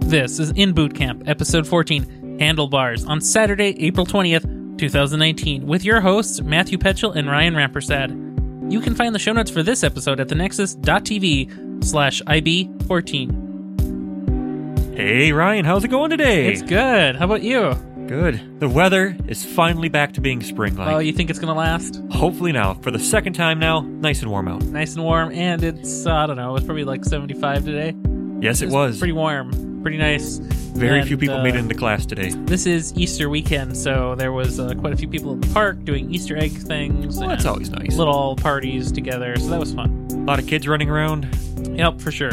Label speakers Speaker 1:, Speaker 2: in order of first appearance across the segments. Speaker 1: This is In Boot Camp, episode 14, Handlebars, on Saturday, April 20th, 2019, with your hosts, Matthew Petchel and Ryan Rampersad. You can find the show notes for this episode at thenexus.tv slash IB14.
Speaker 2: Hey Ryan, how's it going today?
Speaker 1: It's good. How about you?
Speaker 2: good. The weather is finally back to being spring
Speaker 1: oh,
Speaker 2: like.
Speaker 1: you think it's going to last?
Speaker 2: Hopefully now, for the second time now, nice and warm out.
Speaker 1: Nice and warm, and it's, uh, I don't know, it was probably like 75 today.
Speaker 2: Yes, it
Speaker 1: It's
Speaker 2: was.
Speaker 1: Pretty warm. Pretty nice.
Speaker 2: Very
Speaker 1: And,
Speaker 2: few people
Speaker 1: uh,
Speaker 2: made it into class today.
Speaker 1: This is Easter weekend, so there was uh, quite a few people in the park doing Easter egg things.
Speaker 2: Well, Oh, that's
Speaker 1: and
Speaker 2: always nice.
Speaker 1: Little parties together, so that was fun.
Speaker 2: A lot of kids running around.
Speaker 1: Yep, for sure.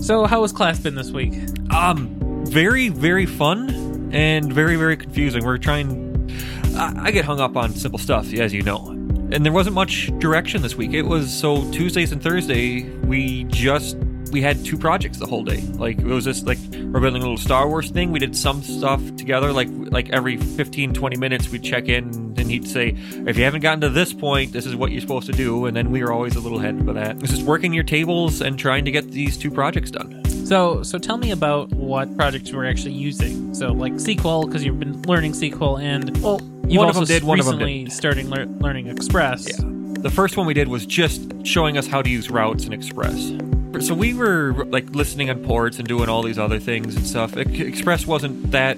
Speaker 1: So, how has class been this week?
Speaker 2: Um, very, very fun and very, very confusing. We're trying. I, I get hung up on simple stuff, as you know. And there wasn't much direction this week. It was so Tuesdays and Thursday, we just. We had two projects the whole day. Like it was just like we're building a little Star Wars thing. We did some stuff together. Like like every 15, 20 minutes, we'd check in, and he'd say, "If you haven't gotten to this point, this is what you're supposed to do." And then we were always a little ahead of that. It's just working your tables and trying to get these two projects done.
Speaker 1: So, so tell me about what projects you were actually using. So, like SQL, because you've been learning SQL, and well, you've
Speaker 2: one of
Speaker 1: also
Speaker 2: them did,
Speaker 1: s-
Speaker 2: one of them
Speaker 1: recently
Speaker 2: didn't.
Speaker 1: starting lear- learning Express.
Speaker 2: Yeah. The first one we did was just showing us how to use routes in Express. So we were like listening on ports and doing all these other things and stuff. Ex- Express wasn't that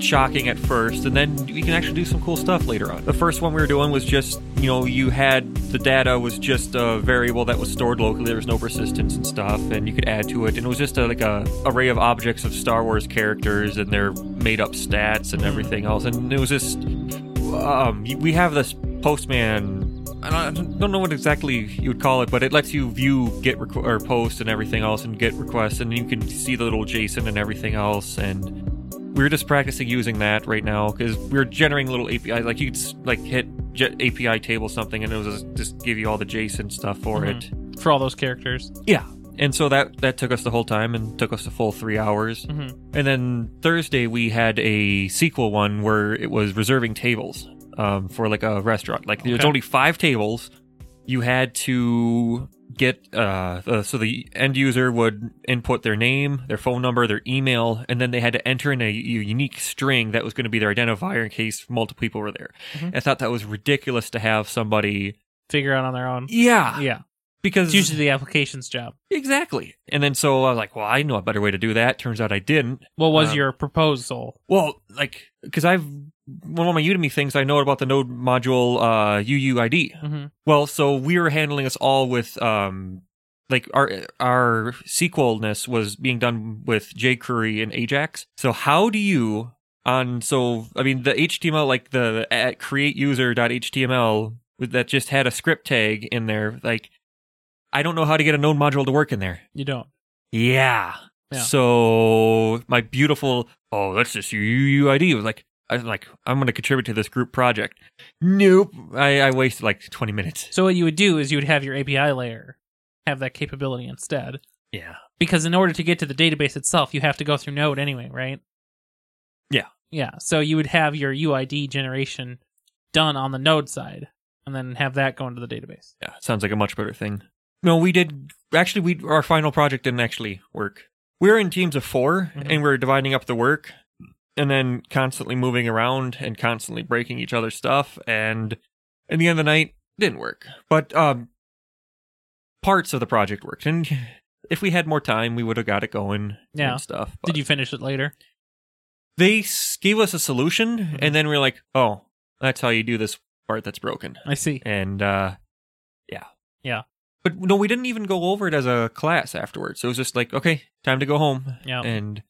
Speaker 2: shocking at first, and then you can actually do some cool stuff later on. The first one we were doing was just, you know, you had the data was just a variable that was stored locally. There was no persistence and stuff, and you could add to it. And it was just a, like a array of objects of Star Wars characters and their made up stats and everything else. And it was just um, y- we have this postman. I don't- I don't know what exactly you would call it, but it lets you view get requ- or post and everything else, and get requests, and you can see the little JSON and everything else. And we're just practicing using that right now because we're generating little API. Like you could s- like hit j- API table something, and it was just give you all the JSON stuff for it.
Speaker 1: For all those characters.
Speaker 2: Yeah. And so that that took us the whole time and took us the full three hours.
Speaker 1: Mhm.
Speaker 2: And then Thursday we had a sequel one where it was reserving tables um, for like a restaurant. Like there's
Speaker 1: Okay.
Speaker 2: only five tables. You had to get uh, uh, so the end user would input their name, their phone number, their email, and then they had to enter in a, u- unique string that was going to be their identifier in case multiple people were there.
Speaker 1: Mhm.
Speaker 2: I thought that was ridiculous to have somebody.
Speaker 1: Figure out on their own.
Speaker 2: Yeah,
Speaker 1: Yeah,
Speaker 2: because
Speaker 1: it's usually the application's job.
Speaker 2: Exactly. And then so I was like, well, I know a better way to do that. Turns out I didn't.
Speaker 1: What was
Speaker 2: Um,
Speaker 1: your proposal?
Speaker 2: Well, like, because I've one of my Udemy things, I know about the node module uh, UUID.
Speaker 1: Mm-hmm.
Speaker 2: Well, so we were handling this all with um, like our our SQLness was being done with jQuery and Ajax. So how do you on so I mean the HTML like the at createuser.html with- that just had a script tag in there like I don't know how to get a node module to work in there.
Speaker 1: You don't.
Speaker 2: Yeah.
Speaker 1: Yeah.
Speaker 2: So my beautiful, oh, that's just UUID. Was like, I'm like, I'm gonna contribute to this group project. Nope. I, I wasted like 20 minutes.
Speaker 1: So what you would do is you would have your API layer have that capability instead,
Speaker 2: Yeah.
Speaker 1: because in order to get to the database itself, you have to go through Node anyway, right?
Speaker 2: Yeah.
Speaker 1: Yeah. So you would have your UID generation done on the Node side, and then have that go into the database.
Speaker 2: Yeah. Sounds like a much better thing. No, we did actually. We our final project didn't actually work. We were in teams of 4
Speaker 1: Mhm.
Speaker 2: and we are dividing up the work, and then constantly moving around and constantly breaking each other's stuff. And in the end of the night, it didn't work. But um, parts of the project worked, and if we had more time, we would have got it going.
Speaker 1: Yeah.
Speaker 2: And stuff.
Speaker 1: Did you finish it later?
Speaker 2: They s- gave us a solution,
Speaker 1: Mm-hmm.
Speaker 2: and then we are like, "Oh, that's how you do this part that's broken."
Speaker 1: I see.
Speaker 2: and uh yeah
Speaker 1: Yeah.
Speaker 2: but no we didn't even go over it as a class afterwards it was just like okay time to go home
Speaker 1: Yeah.
Speaker 2: and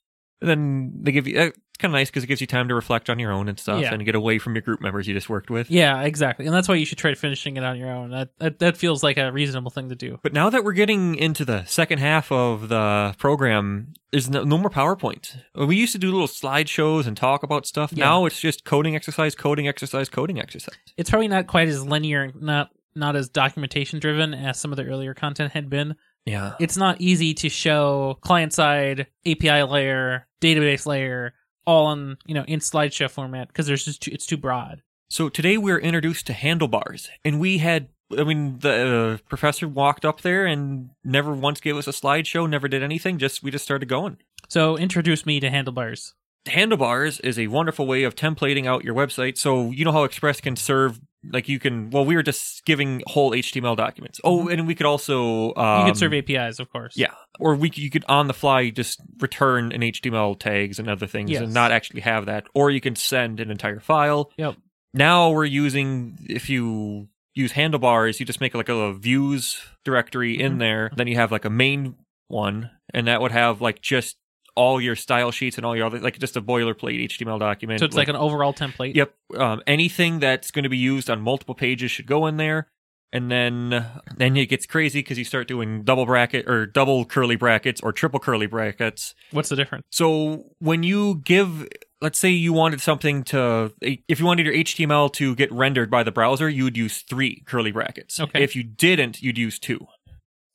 Speaker 2: then they give you uh, it's kind of nice because it gives you time to reflect on your own and stuff
Speaker 1: Yeah.
Speaker 2: and get away from your group members you just worked with
Speaker 1: Yeah, exactly. And that's why you should try finishing it on your own. That that, that feels like a reasonable thing to do.
Speaker 2: but now that we're getting into the second half of the program there's no, no more powerpoint we used to do little slideshows and talk about stuff
Speaker 1: Yeah.
Speaker 2: now it's just coding exercise coding exercise coding exercise
Speaker 1: it's probably not quite as linear, not not as documentation driven as some of the earlier content had been.
Speaker 2: yeah
Speaker 1: It's not easy to show client side, API layer, database layer, all in you know in slideshow format because there's just too, it's too broad.
Speaker 2: So today we were introduced to handlebars, and we had. I mean, the uh, professor walked up there and never once gave us a slideshow, never did anything. Just we just started going.
Speaker 1: So introduce me to handlebars.
Speaker 2: handlebars is a wonderful way of templating out your website. So you know how Express can serve like you can. Well, we were just giving whole HTML documents. Oh, and we could also um,
Speaker 1: Mm-hmm. you could serve APIs, of course.
Speaker 2: Yeah, or we c- you could on the fly just return an HTML tags and other things
Speaker 1: Yes.
Speaker 2: and not actually have that, or you can send an entire file.
Speaker 1: Yep.
Speaker 2: Now we're using if you use handlebars, you just make like a views directory in
Speaker 1: Mhm.
Speaker 2: there. Then you have like a main one, and that would have like just all your style sheets and all your other like just a boilerplate HTML document.
Speaker 1: So it's like, an overall template.
Speaker 2: Yep. Um, anything that's going to be used on multiple pages should go in there. And then then it gets crazy because you start doing double bracket or double curly brackets or triple curly brackets.
Speaker 1: What's the difference?
Speaker 2: So when you give, let's say you wanted something to, if you wanted your HTML to get rendered by the browser, you would use three curly brackets.
Speaker 1: Okay.
Speaker 2: If you didn't, you'd use two.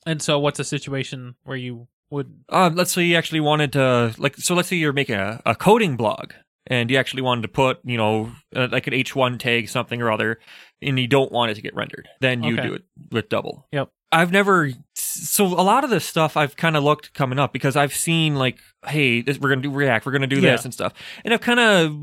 Speaker 1: And so what's a situation where you would
Speaker 2: Um, let's say you actually wanted to, like, so let's say you're making a, a coding blog and you actually wanted to put, you know, uh, like an H1 tag, something or other, and you don't want it to get rendered. Then you
Speaker 1: Okay.
Speaker 2: do it with double.
Speaker 1: Yep.
Speaker 2: I've never, so a lot of this stuff I've kind of looked coming up because I've seen, like, hey, this, we're going to do React, we're going to do
Speaker 1: Yeah.
Speaker 2: this and stuff. And I've kind of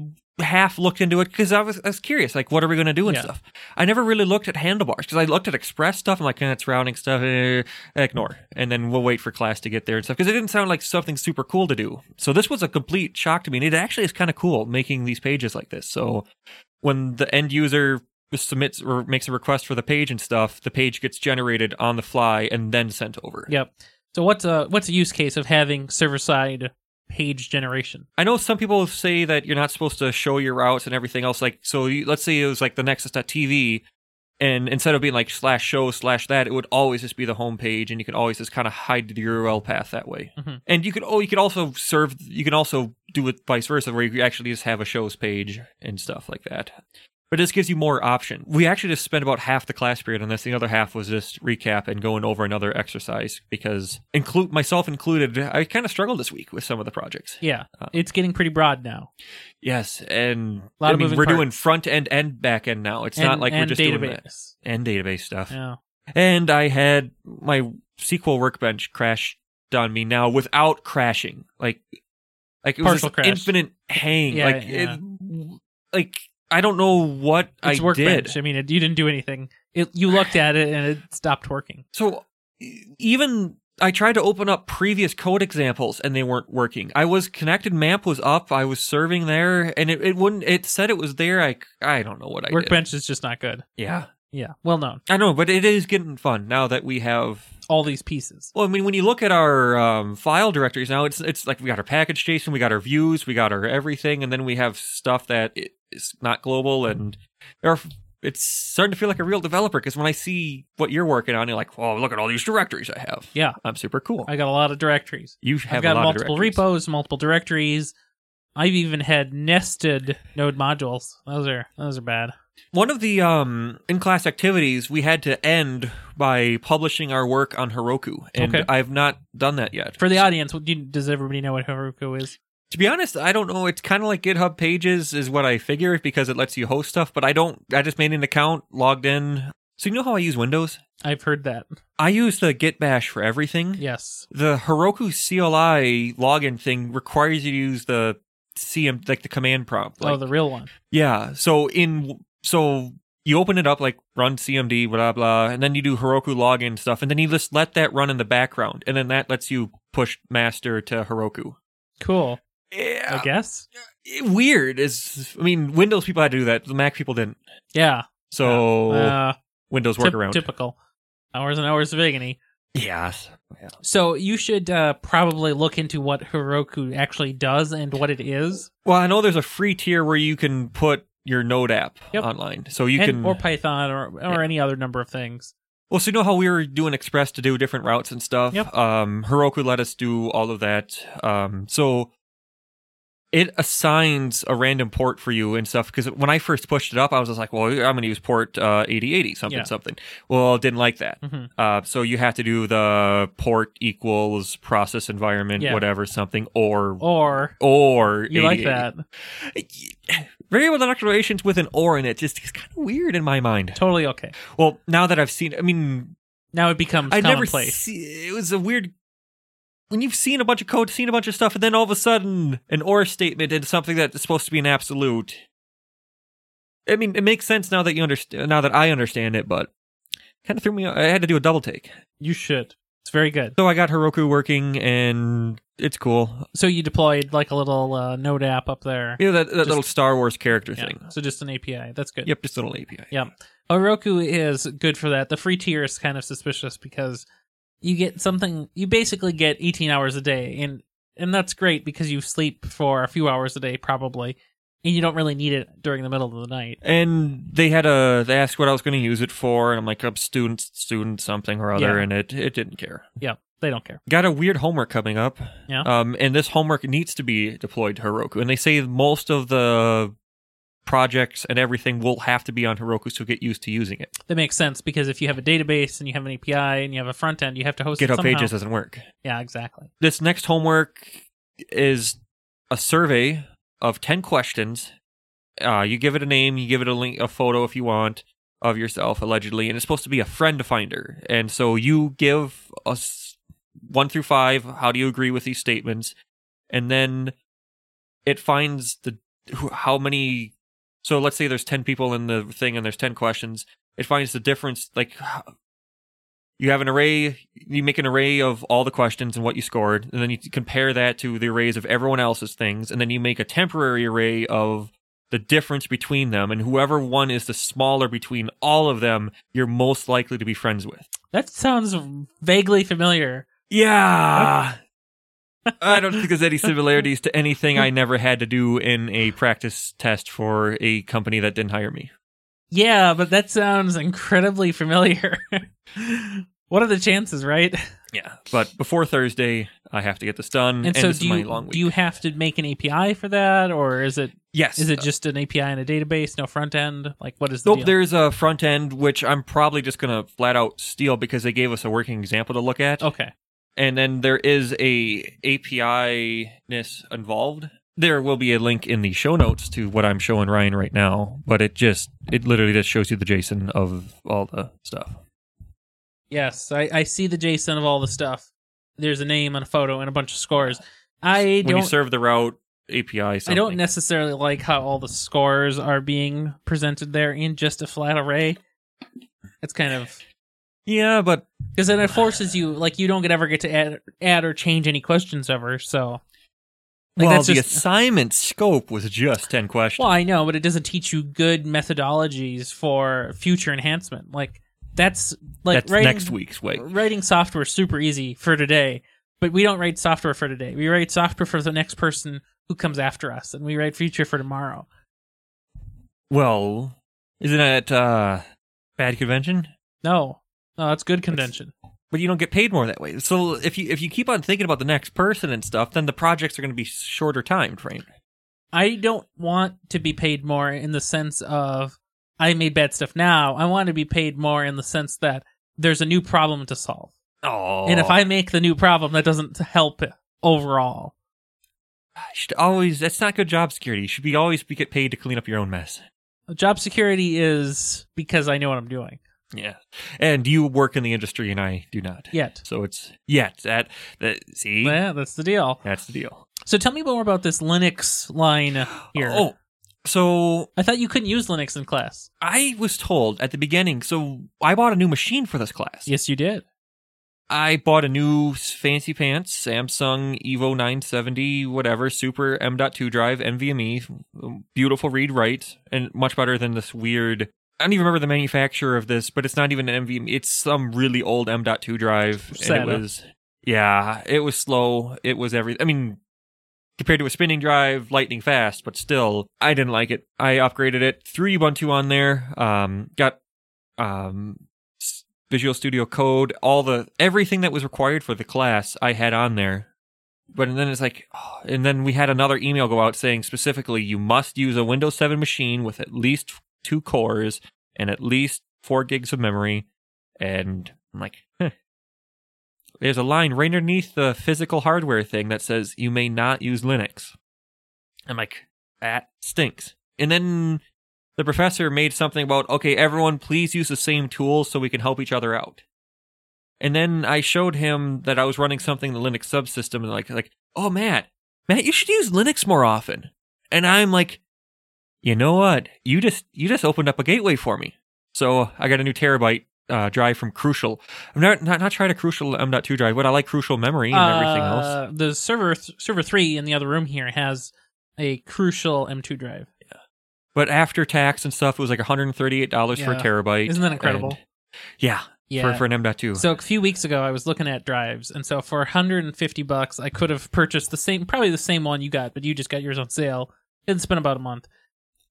Speaker 2: half looked into it because I was, I was curious, like, what are we going to do and
Speaker 1: Yeah.
Speaker 2: stuff? I never really looked at handlebars because I looked at Express stuff. I'm like, eh, it's routing stuff. Eh, ignore. And then we'll wait for class to get there and stuff because it didn't sound like something super cool to do. So this was a complete shock to me. And it actually is kind of cool making these pages like this. So when the end user submits or makes a request for the page and stuff, the page gets generated on the fly and then sent over.
Speaker 1: Yep. So what's a what's a use case of having server side page generation?
Speaker 2: I know some people say that you're not supposed to show your routes and everything else. Like, so you, let's say it was like the Nexus.tv, and instead of being like slash show slash that, it would always just be the home page, and you could always just kind of hide the URL path that way.
Speaker 1: Mhm.
Speaker 2: And you could oh, you could also serve, you can also do it vice versa, where you could actually just have a shows page and stuff like that. But this gives you more option. We actually just spent about half the class period on this. The other half was just recap and going over another exercise because include myself included, I kind of struggled this week with some of the projects.
Speaker 1: Yeah.
Speaker 2: Uh,
Speaker 1: It's getting pretty broad now.
Speaker 2: Yes, and
Speaker 1: Lot of
Speaker 2: I mean,
Speaker 1: moving
Speaker 2: we're
Speaker 1: parts.
Speaker 2: doing front end and back end now. It's not
Speaker 1: And-
Speaker 2: like we're
Speaker 1: and
Speaker 2: just doing that
Speaker 1: database.
Speaker 2: and database stuff.
Speaker 1: Yeah.
Speaker 2: And I had my SQL workbench crash on me now without crashing. Like, like it was
Speaker 1: Partial
Speaker 2: this
Speaker 1: crash.
Speaker 2: infinite hang.
Speaker 1: Yeah,
Speaker 2: like,
Speaker 1: yeah.
Speaker 2: It, like I don't know what
Speaker 1: It's
Speaker 2: I
Speaker 1: workbench.
Speaker 2: did.
Speaker 1: I mean, it, you didn't do anything. It, you looked at it and it stopped working.
Speaker 2: So e- even I tried to open up previous code examples and they weren't working. I was connected, MAMP was up, I was serving there, and it, it wouldn't. It said it was there. I c- I don't know what I did.
Speaker 1: workbench is just not good.
Speaker 2: Yeah.
Speaker 1: Yeah. Well known.
Speaker 2: I know, but it is getting fun now that we have.
Speaker 1: All these pieces.
Speaker 2: Well, I mean, when you look at our um, file directories now, it's it's like we got our package JSON, we got our views, we got our everything, and then we have stuff that i- is not global, and or it's starting to feel like a real developer because when I see what you're working on, you're like, "Wow, look at all these directories I have."
Speaker 1: Yeah.
Speaker 2: I'm super cool.
Speaker 1: I got a lot of directories.
Speaker 2: you have
Speaker 1: I've got
Speaker 2: a lot
Speaker 1: multiple
Speaker 2: of directories.
Speaker 1: repos, multiple directories. I've even had nested node modules. Those are those are bad.
Speaker 2: One of the um, in-class activities we had to end by publishing our work on Heroku, and
Speaker 1: Okay.
Speaker 2: I've not done that yet.
Speaker 1: For the audience, what do you- does everybody know what Heroku is?
Speaker 2: To be honest, I don't know. It's kind of like GitHub Pages is what I figure because it lets you host stuff, but I don't. I just made an account, logged in. So you know how I use Windows?
Speaker 1: I've heard that.
Speaker 2: I use the Git Bash for everything.
Speaker 1: Yes.
Speaker 2: The Heroku CLI login thing requires you to use the CM, like the command prompt.
Speaker 1: oh,
Speaker 2: like-
Speaker 1: the real one.
Speaker 2: yeah. So in so you open it up like run cmd blah blah, and then you do Heroku login stuff, and then you just let that run in the background, and then that lets you push master to Heroku.
Speaker 1: Cool.
Speaker 2: Yeah.
Speaker 1: I guess.
Speaker 2: weird is i mean windows people had to do that the mac people didn't
Speaker 1: Yeah.
Speaker 2: so
Speaker 1: Uh,
Speaker 2: windows
Speaker 1: typ-
Speaker 2: workaround
Speaker 1: Typical. Hours and hours of agony.
Speaker 2: yes yeah.
Speaker 1: So you should uh, probably look into what Heroku actually does and what it is,
Speaker 2: well i know there's a free tier where you can put your node app
Speaker 1: Yep.
Speaker 2: online so you
Speaker 1: and,
Speaker 2: can
Speaker 1: or Python or or
Speaker 2: Yeah.
Speaker 1: any other number of things.
Speaker 2: well so you know how we were doing express to do different routes and stuff
Speaker 1: Yep.
Speaker 2: um heroku let us do all of that um so it assigns a random port for you and stuff because when i first pushed it up i was just like well i'm going to use port uh, 8080 something
Speaker 1: Yeah.
Speaker 2: something well it didn't like that
Speaker 1: hmm
Speaker 2: Uh, so you have to do the port equals process environment,
Speaker 1: Yeah.
Speaker 2: whatever something, or
Speaker 1: Or
Speaker 2: or
Speaker 1: you like
Speaker 2: 80.
Speaker 1: that?
Speaker 2: Variable declarations with an or in it just is kind of weird in my mind.
Speaker 1: Totally okay.
Speaker 2: Well, now that I've seen, I mean,
Speaker 1: Now it becomes
Speaker 2: I never
Speaker 1: commonplace.
Speaker 2: see. It was a weird when you've seen a bunch of code, seen a bunch of stuff, and then all of a sudden an or statement and something that's supposed to be an absolute. I mean, it makes sense now that you understand. Now that I understand it, but kind of threw me. I had to do a double take.
Speaker 1: You should. It's very good.
Speaker 2: So I got Heroku working, and it's cool.
Speaker 1: So you deployed like a little uh, Node app up there.
Speaker 2: You know that, that
Speaker 1: Just-
Speaker 2: little Star Wars character
Speaker 1: Yeah.
Speaker 2: thing.
Speaker 1: So just an API. That's good.
Speaker 2: Yep, just a little API.
Speaker 1: Yeah. Oroku is good for that. The free tier is kind of suspicious because you get something you basically get 18 hours a day and and that's great because you sleep for a few hours a day probably and you don't really need it during the middle of the night.
Speaker 2: And they had a they asked what I was going to use it for, and I'm like, "Up student student something or other,"
Speaker 1: Yeah.
Speaker 2: and it it didn't care.
Speaker 1: Yeah, they don't care.
Speaker 2: Got a weird homework coming up.
Speaker 1: Yeah.
Speaker 2: Um, and this homework needs to be deployed to Heroku, and they say most of the projects and everything will have to be on Heroku, so get used to using it.
Speaker 1: That makes sense because if you have a database and you have an API and you have a front end, you have to host it
Speaker 2: GitHub
Speaker 1: somehow.
Speaker 2: Pages doesn't work.
Speaker 1: Yeah, exactly.
Speaker 2: This next homework is a survey of ten questions. Uh, you give it a name, you give it a link, a photo if you want of yourself allegedly, and it's supposed to be a friend finder. And so you give us one through five. How do you agree with these statements? And then it finds the who- how many. So let's say there's ten people in the thing, and there's ten questions. It finds the difference, like you have an array you make an array of all the questions and what you scored and then you compare that to the arrays of everyone else's things and then you make a temporary array of the difference between them and whoever one is the smaller between all of them you're most likely to be friends with
Speaker 1: That sounds vaguely familiar.
Speaker 2: yeah i don't think there's any similarities to anything i never had to do in a practice test for a company that didn't hire me
Speaker 1: Yeah, but that sounds incredibly familiar. what are the chances, right?
Speaker 2: Mm, yeah but before thursday i have to get this done and,
Speaker 1: And, so
Speaker 2: this
Speaker 1: do
Speaker 2: is my
Speaker 1: you,
Speaker 2: long week
Speaker 1: do you have to make an API for that or is it
Speaker 2: yes
Speaker 1: is it just an API and a database, no front end? Like what is the
Speaker 2: Nope,
Speaker 1: deal?
Speaker 2: there's a front end which I'm probably just gonna flat out steal because they gave us a working example to look at,
Speaker 1: Okay.
Speaker 2: and then there is a API ness involved. There will be a link in the show notes to what I'm showing Ryan right now, but it just it literally just shows you the JSON of all the stuff.
Speaker 1: Yes, I, I see the JSON of all the stuff. There's a name and a photo and a bunch of scores. I
Speaker 2: when you
Speaker 1: don't
Speaker 2: serve the route API, something.
Speaker 1: I don't necessarily like how all the scores are being presented there in just a flat array. It's kind of
Speaker 2: Yeah, but
Speaker 1: because then it forces you like you don't get ever get to add add or change any questions ever. So Like,
Speaker 2: well,
Speaker 1: that's
Speaker 2: the
Speaker 1: just-
Speaker 2: assignment scope was just ten questions.
Speaker 1: Well, I know, but it doesn't teach you good methodologies for future enhancement. Like that's like
Speaker 2: that's
Speaker 1: writing,
Speaker 2: next week's way.
Speaker 1: Writing software is super easy for today, but we don't write software for today. We write software for the next person who comes after us, and we write future for tomorrow.
Speaker 2: Well, isn't that uh, bad convention?
Speaker 1: No, no, that's good convention.
Speaker 2: but you don't get paid more that way. So if you if you keep on thinking about the next person and stuff, then the projects are going to be shorter time frame.
Speaker 1: I don't want to be paid more in the sense of I made bad stuff now. I want to be paid more in the sense that there's a new problem to solve.
Speaker 2: Oh,
Speaker 1: And if I make the new problem, that doesn't help overall.
Speaker 2: should always that's not good job security. You should be always be get paid to clean up your own mess.
Speaker 1: Job security is because I know what I'm doing.
Speaker 2: Yeah, and you work in the industry, and I do not.
Speaker 1: Yet.
Speaker 2: So it's yet that that see
Speaker 1: Yeah, that's the deal.
Speaker 2: that's the deal
Speaker 1: So tell me more about this Linux line here.
Speaker 2: Oh, so
Speaker 1: I thought you couldn't use Linux in class.
Speaker 2: I was told at the beginning. So I bought a new machine for this class.
Speaker 1: Yes, you did.
Speaker 2: I bought a new fancy pants Samsung Evo 970, whatever, super M.2 drive, NVMe, E, um, beautiful read write, and much better than this weird. I don't even remember the manufacturer of this, but it's not even an NVMe. It's some really old M.2 drive. And
Speaker 1: SATA.
Speaker 2: it was, yeah, it was slow. It was every. I mean, compared to a spinning drive, lightning fast, but still, I didn't like it. I upgraded it, threw Ubuntu on there, um, got um, s- Visual Studio Code, all the everything that was required for the class I had on there. But and then it's like, oh, and then we had another email go out saying specifically you must use a Windows 7 machine with at least two cores and at least four gigs of memory. And I'm like, huh. there's a line right underneath the physical hardware thing that says you may not use Linux. I'm like, that stinks. And then the professor made something about okay everyone please use the same tools so we can help each other out And then I showed him that I was running something in the Linux subsystem, and like, like, oh Matt, Matt, you should use Linux more often. And I'm like, you know what? You just you just opened up a gateway for me. So I got a new terabyte uh, drive from Crucial. I'm not not not trying to Crucial M.2 drive, but I like Crucial memory and everything else.
Speaker 1: Uh, The server th- server three in the other room here has a crucial M2 drive.
Speaker 2: But after tax and stuff, it was like 138 dollars for a
Speaker 1: Yeah.
Speaker 2: terabyte.
Speaker 1: Isn't that incredible?
Speaker 2: And- yeah,
Speaker 1: Yeah.
Speaker 2: for for an M.2.
Speaker 1: so a few weeks ago, I was looking at drives, and so for 150 bucks, I could have purchased the same, probably the same one you got, but you just got yours on sale. It's been about a month,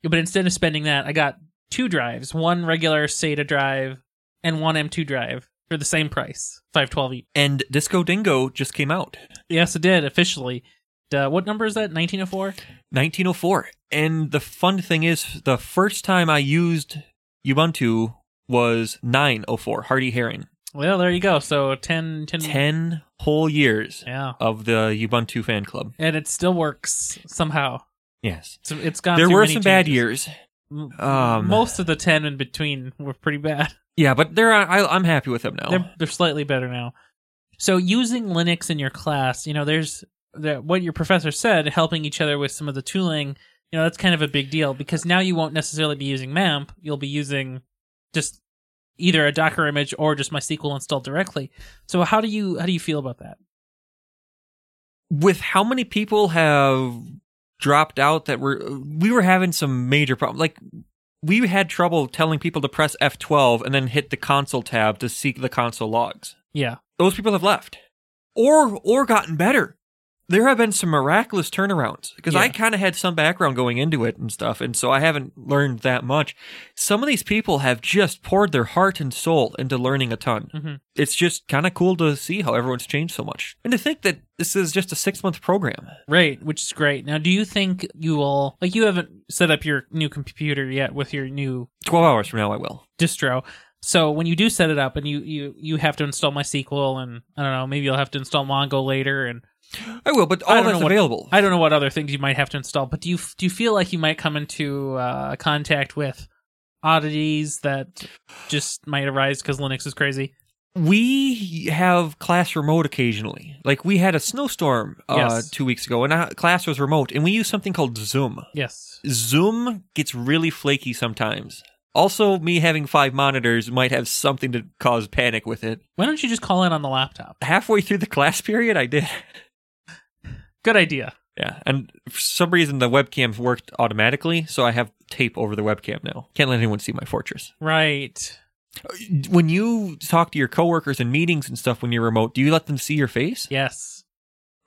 Speaker 1: but instead of spending that, I got two drives: one regular SATA drive and one M2 drive for the same price, five twelve each.
Speaker 2: and Disco Dingo just came out.
Speaker 1: Yes, it did officially. Uh, what number is that? 1904.
Speaker 2: 1904. And the fun thing is, the first time I used Ubuntu was 904, Hardy Herring.
Speaker 1: Well, there you go. So 10, 10
Speaker 2: 10 whole years
Speaker 1: Yeah,
Speaker 2: of the Ubuntu fan club.
Speaker 1: and it still works somehow.
Speaker 2: Yes.
Speaker 1: It's, it's gone.
Speaker 2: there
Speaker 1: through
Speaker 2: were
Speaker 1: many
Speaker 2: some bad
Speaker 1: changes.
Speaker 2: years.
Speaker 1: M-
Speaker 2: Um,
Speaker 1: Most of the ten in between were pretty bad.
Speaker 2: Yeah, but they're, I, I'm happy with them now.
Speaker 1: They're, they're slightly better now. So using Linux in your class, you know, there's that what your professor said, helping each other with some of the tooling. You know, that's kind of a big deal because now you won't necessarily be using MAMP. You'll be using just either a Docker image or just MySQL installed directly. So how do you how do you feel about that?
Speaker 2: with how many people have dropped out that were we were having some major problems like we had trouble telling people to press F12 and then hit the console tab to see the console logs.
Speaker 1: Yeah.
Speaker 2: Those people have left or or gotten better. There have been some miraculous turnarounds because I
Speaker 1: Yeah.
Speaker 2: kind of had some background going into it and stuff and so I haven't learned that much. Some of these people have just poured their heart and soul into learning a ton
Speaker 1: hmm
Speaker 2: it's just kind of cool to see how everyone's changed so much. And to think that this is just a six month program.
Speaker 1: Right, which is great. Now, do you think you will like you haven't set up your new computer yet with your new
Speaker 2: 12 hours from now, I will.
Speaker 1: distro? So when you do set it up and you you you have to install MySQL and I don't know, maybe you'll have to install Mongo later and
Speaker 2: I will, but
Speaker 1: I
Speaker 2: all
Speaker 1: don't
Speaker 2: that's
Speaker 1: know what-
Speaker 2: available.
Speaker 1: I don't know what other things you might have to install, but do you do you feel like you might come into uh, contact with oddities that just might arise because Linux is crazy?
Speaker 2: we have class remote occasionally. Like we had a snowstorm uh,
Speaker 1: Yes.
Speaker 2: two weeks ago, and I, class was remote, and we use something called Zoom.
Speaker 1: Yes.
Speaker 2: Zoom gets really flaky sometimes. Also, me having five monitors might have something to cause panic with it.
Speaker 1: Why don't you just call in on the laptop?
Speaker 2: Halfway through the class period, I did.
Speaker 1: Good idea.
Speaker 2: Yeah, and for some reason the webcams worked automatically, so I have tape over the webcam now. Can't let anyone see my fortress. Uh,
Speaker 1: Right.
Speaker 2: When you talk to your coworkers in meetings and stuff when you're remote, do you let them see your face?
Speaker 1: Yes.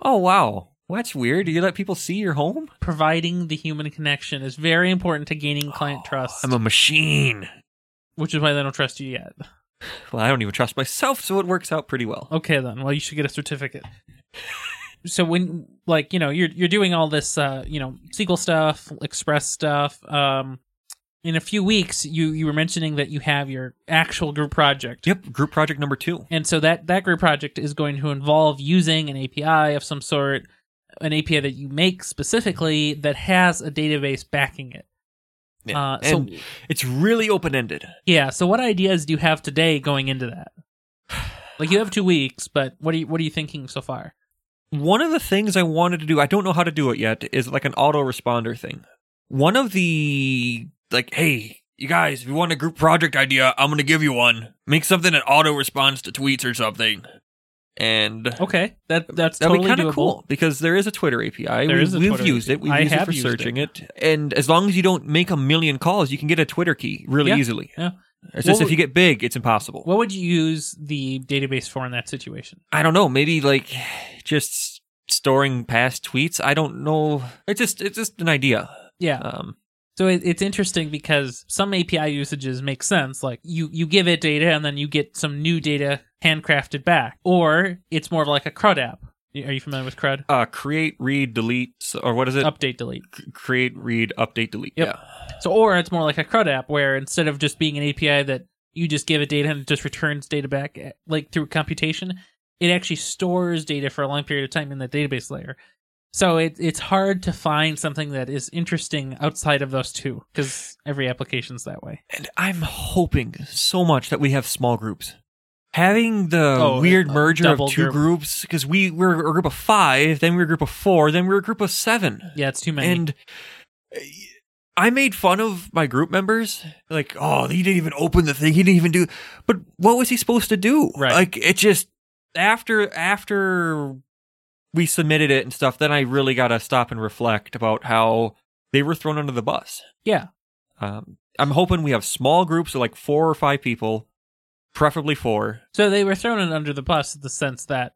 Speaker 2: Oh wow, well, that's weird. Do you let people see your home?
Speaker 1: providing the human connection is very important to gaining client trust,
Speaker 2: Oh, I'm a machine.
Speaker 1: which is why they don't trust you yet.
Speaker 2: Well, I don't even trust myself, so it works out pretty well.
Speaker 1: Okay, then. Well, you should get a certificate. so when, like, you know, you're you're doing all this, uh, you know, SQL stuff, Express stuff. Um, in a few weeks, you you were mentioning that you have your actual group project.
Speaker 2: Yep, group project number two.
Speaker 1: And so that that group project is going to involve using an API of some sort, an API that you make specifically that has a database backing it. Uh, so-
Speaker 2: and it's really open ended.
Speaker 1: Yeah. So, what ideas do you have today going into that? Like, you have two weeks, but what are you what are you thinking so far?
Speaker 2: One of the things I wanted to do, I don't know how to do it yet, is like an autoresponder thing. One of the like, hey, you guys, if you want a group project idea, I'm gonna give you one. Make something that auto responds to tweets or something. And
Speaker 1: Okay, that that's
Speaker 2: that'd
Speaker 1: totally
Speaker 2: be kind
Speaker 1: doable.
Speaker 2: of cool because there is a Twitter API.
Speaker 1: There
Speaker 2: we,
Speaker 1: is a
Speaker 2: we've
Speaker 1: Twitter
Speaker 2: used
Speaker 1: API.
Speaker 2: it. We've
Speaker 1: I
Speaker 2: used it
Speaker 1: have
Speaker 2: for
Speaker 1: used
Speaker 2: searching it. And as long as you don't make a million calls, you can get a Twitter key really
Speaker 1: Yeah,
Speaker 2: easily.
Speaker 1: yeah.
Speaker 2: It's just
Speaker 1: What
Speaker 2: if you get big, it's impossible.
Speaker 1: What would you use the database for in that situation?
Speaker 2: I don't know, maybe like just storing past tweets. I don't know. It's just it's just an idea.
Speaker 1: Yeah.
Speaker 2: Um,
Speaker 1: So it, it's interesting because some API usages make sense. Like you you give it data and then you get some new data handcrafted back, or it's more of like a CRUD app. Are you familiar with CRUD?
Speaker 2: uh, create, read, delete, so- or what is it?
Speaker 1: Update, delete.
Speaker 2: C- create, read, update, delete.
Speaker 1: Yep.
Speaker 2: Yeah.
Speaker 1: So, or it's more like a CRUD app where instead of just being an API that you just give it data and it just returns data back eh, like through computation, it actually stores data for a long period of time in that database layer. So it, it's hard to find something that is interesting outside of those two because every application's that way.
Speaker 2: And I'm hoping so much that we have small groups. having the
Speaker 1: Oh,
Speaker 2: weird
Speaker 1: a
Speaker 2: merger
Speaker 1: double
Speaker 2: of two
Speaker 1: group.
Speaker 2: groups because we were a group of five, then we were a group of four, then we were a group of seven.
Speaker 1: Yeah, it's too many.
Speaker 2: And uh, I made fun of my group members, like, oh, he didn't even open the thing, he didn't even do. But what was he supposed to do?
Speaker 1: Right.
Speaker 2: Like, it just after after we submitted it and stuff, then I really got to stop and reflect about how they were thrown under the bus.
Speaker 1: yeah,
Speaker 2: Um, I'm hoping we have small groups of like four or five people, preferably four.
Speaker 1: so they were thrown in under the bus in the sense that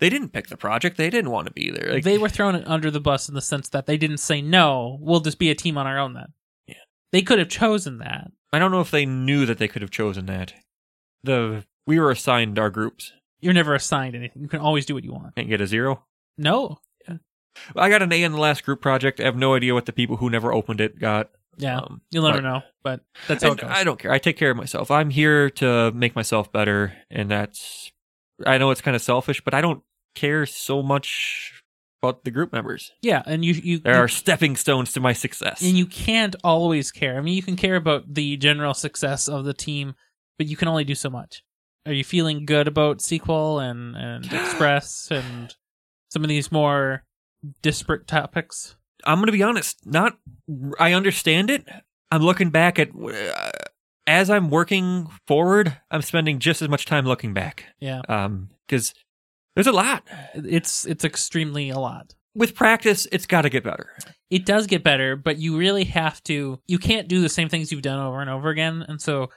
Speaker 2: They didn't pick the project; they didn't want to be there. Like,
Speaker 1: they were thrown in under the bus in the sense that they didn't say no. We'll just be a team on our own then.
Speaker 2: Yeah.
Speaker 1: they could have chosen that.
Speaker 2: I don't know if they knew that they could have chosen that. The we were assigned our groups.
Speaker 1: You're never assigned anything. You can always do what you want.
Speaker 2: Can't get a zero.
Speaker 1: No.
Speaker 2: I got an A in the last group project. I have no idea what the people who never opened it got.
Speaker 1: Yeah.
Speaker 2: Um,
Speaker 1: You'll never
Speaker 2: but-
Speaker 1: know, but that's how it
Speaker 2: and
Speaker 1: goes.
Speaker 2: I don't care. I take care of myself. I'm here to make myself better, and that's. I know it's kind of selfish, but I don't care so much about the group members.
Speaker 1: yeah, and you you
Speaker 2: There
Speaker 1: you-
Speaker 2: are stepping stones to my success.
Speaker 1: and you can't always care. I mean, you can care about the general success of the team, but you can only do so much. Are you feeling good about sequel and and express and some of these more disparate topics?
Speaker 2: I'm going to be honest. Not, I understand it. I'm looking back at uh, as I'm working forward. I'm spending just as much time looking back.
Speaker 1: Yeah.
Speaker 2: Um, because there's a lot.
Speaker 1: It's it's extremely a lot.
Speaker 2: With practice, it's got to get better.
Speaker 1: It does get better, but you really have to. You can't do the same things you've done over and over again, and so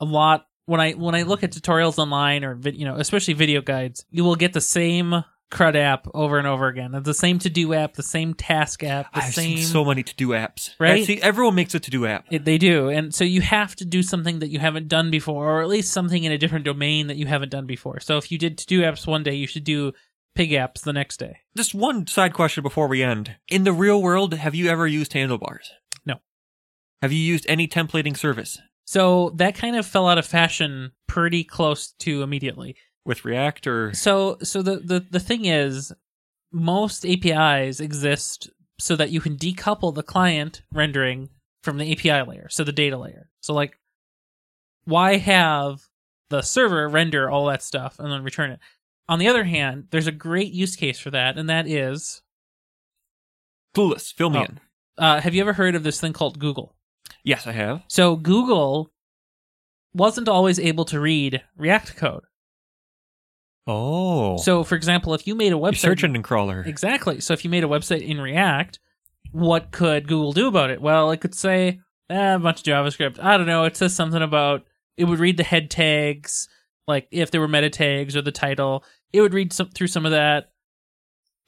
Speaker 1: a lot when I when I look at tutorials online or vid, you know especially video guides, you will get the same crud app over and over again. It's the same to do app, the same task app, the
Speaker 2: I've
Speaker 1: same.
Speaker 2: seen so many to do apps.
Speaker 1: Right?
Speaker 2: I see, everyone makes a to do app.
Speaker 1: It, they do, and so you have to do something that you haven't done before, or at least something in a different domain that you haven't done before. So if you did to do apps one day, you should do pig apps the next day.
Speaker 2: Just one side question before we end. In the real world, have you ever used handlebars?
Speaker 1: No.
Speaker 2: Have you used any templating service
Speaker 1: So that kind of fell out of fashion pretty close to immediately.
Speaker 2: with React or?
Speaker 1: So so the the, the thing is most APIs exist so that you can decouple the client rendering from the API layer, so the data layer. So like why have the server render all that stuff and then return it? On the other hand, there's a great use case for that, and that is
Speaker 2: Clueless, fill me
Speaker 1: Oh.
Speaker 2: in.
Speaker 1: uh, have you ever heard of this thing called Google?
Speaker 2: Yes, I have.
Speaker 1: So Google wasn't always able to read React code.
Speaker 2: Oh.
Speaker 1: So, for example, if you made a
Speaker 2: you
Speaker 1: website,
Speaker 2: search engine crawler.
Speaker 1: Exactly. So if you made a website in React, what could Google do about it? Well, it could say eh, a bunch of JavaScript. I don't know. It says something about it would read the head tags, like if there were meta tags or the title. It would read some, through some of that.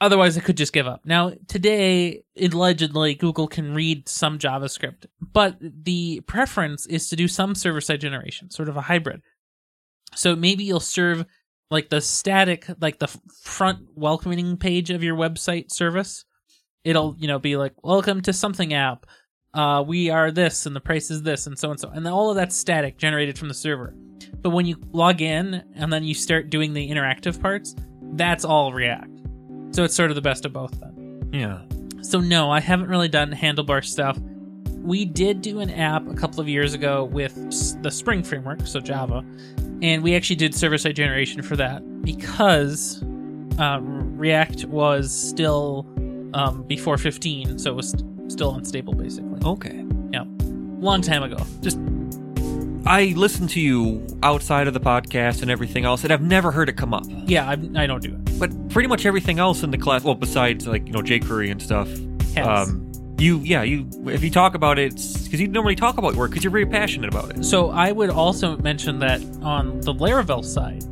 Speaker 1: Otherwise, it could just give up. Now, today, allegedly, Google can read some JavaScript, but the preference is to do some server side generation, sort of a hybrid. So maybe you'll serve like the static like the f- front welcoming page of your website service it'll you know be like welcome to something app uh, we are this and the price is this and so and so and all of that's static generated from the server but when you log in and then you start doing the interactive parts that's all react so it's sort of the best of both then
Speaker 2: Yeah.
Speaker 1: so no, I haven't really done handlebar stuff. We did do an app a couple of years ago with s- the Spring framework, so Java, and we actually did server-side generation for that because uh, React was still um, before 15, so it was st- still unstable, basically.
Speaker 2: Okay.
Speaker 1: Long time ago.
Speaker 2: I listen to you outside of the podcast and everything else, and I've never heard it come up.
Speaker 1: Yeah, I, I don't do it.
Speaker 2: But pretty much everything else in the class, well, besides like you know jQuery and stuff, Um,
Speaker 1: Hence.
Speaker 2: you yeah you if you talk about it, because you normally talk about work because you're very passionate about it.
Speaker 1: So I would also mention that on the Laravel side,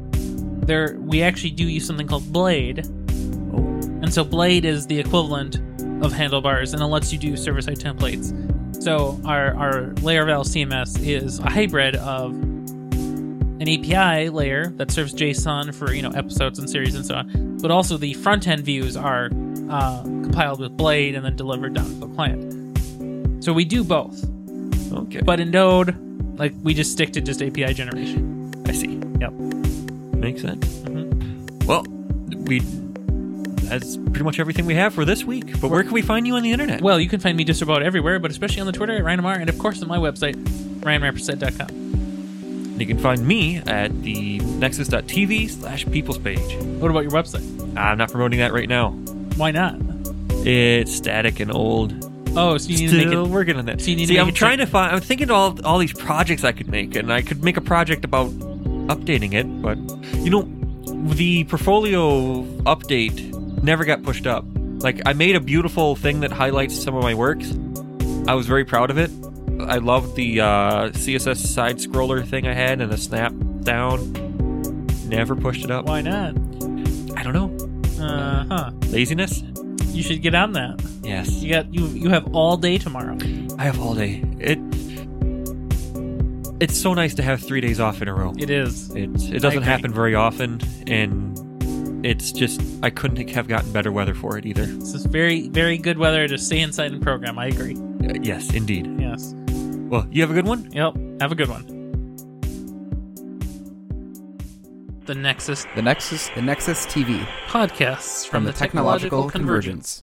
Speaker 1: there we actually do use something called Blade, and so Blade is the equivalent of handlebars, and it lets you do server-side templates. So our our Laravel CMS is a hybrid of an API layer that serves JSON for you know episodes and series and so on, but also the front-end views are uh, compiled with Blade and then delivered down to the client. So we do both.
Speaker 2: Okay,
Speaker 1: But in Node, like we just stick to just API generation.
Speaker 2: I see.
Speaker 1: Yep.
Speaker 2: Makes sense. Mm-hmm. Well, we that's pretty much everything we have for this week. But where can we find you on the internet?
Speaker 1: Well, you can find me just about everywhere, but especially on the Twitter at RyanMR and of course on my website, RyanRapperset.com.
Speaker 2: And you can find me at the nexus.tv slash people's page.
Speaker 1: What about your website?
Speaker 2: I'm not promoting that right now.
Speaker 1: Why not?
Speaker 2: It's static and old.
Speaker 1: Oh, so you need to make
Speaker 2: Still
Speaker 1: it.
Speaker 2: working on that.
Speaker 1: so you need to
Speaker 2: See,
Speaker 1: make
Speaker 2: I'm
Speaker 1: it
Speaker 2: trying to find. I'm thinking all all these projects I could make, and I could make a project about updating it. But you know, the portfolio update never got pushed up. Like I made a beautiful thing that highlights some of my works. I was very proud of it. I loved the uh, CSS side scroller thing I had and the snap down. Never pushed it up.
Speaker 1: Why not?
Speaker 2: I don't know.
Speaker 1: Uh huh.
Speaker 2: Laziness.
Speaker 1: You should get on that.
Speaker 2: Yes.
Speaker 1: You got you. You have all day tomorrow.
Speaker 2: I have all day. It it's so nice to have three days off in a row.
Speaker 1: It is.
Speaker 2: It
Speaker 1: I
Speaker 2: it doesn't
Speaker 1: agree.
Speaker 2: happen very often, and it's just I couldn't have gotten better weather for it either.
Speaker 1: This is very very good weather to stay inside and program. I agree.
Speaker 2: Uh, yes, indeed.
Speaker 1: Yes.
Speaker 2: Well, you have a good one.
Speaker 1: Yep. Have a good one. The Nexus
Speaker 3: The Nexus, the Nexus TV
Speaker 1: podcasts from,
Speaker 3: from the Technological Convergence.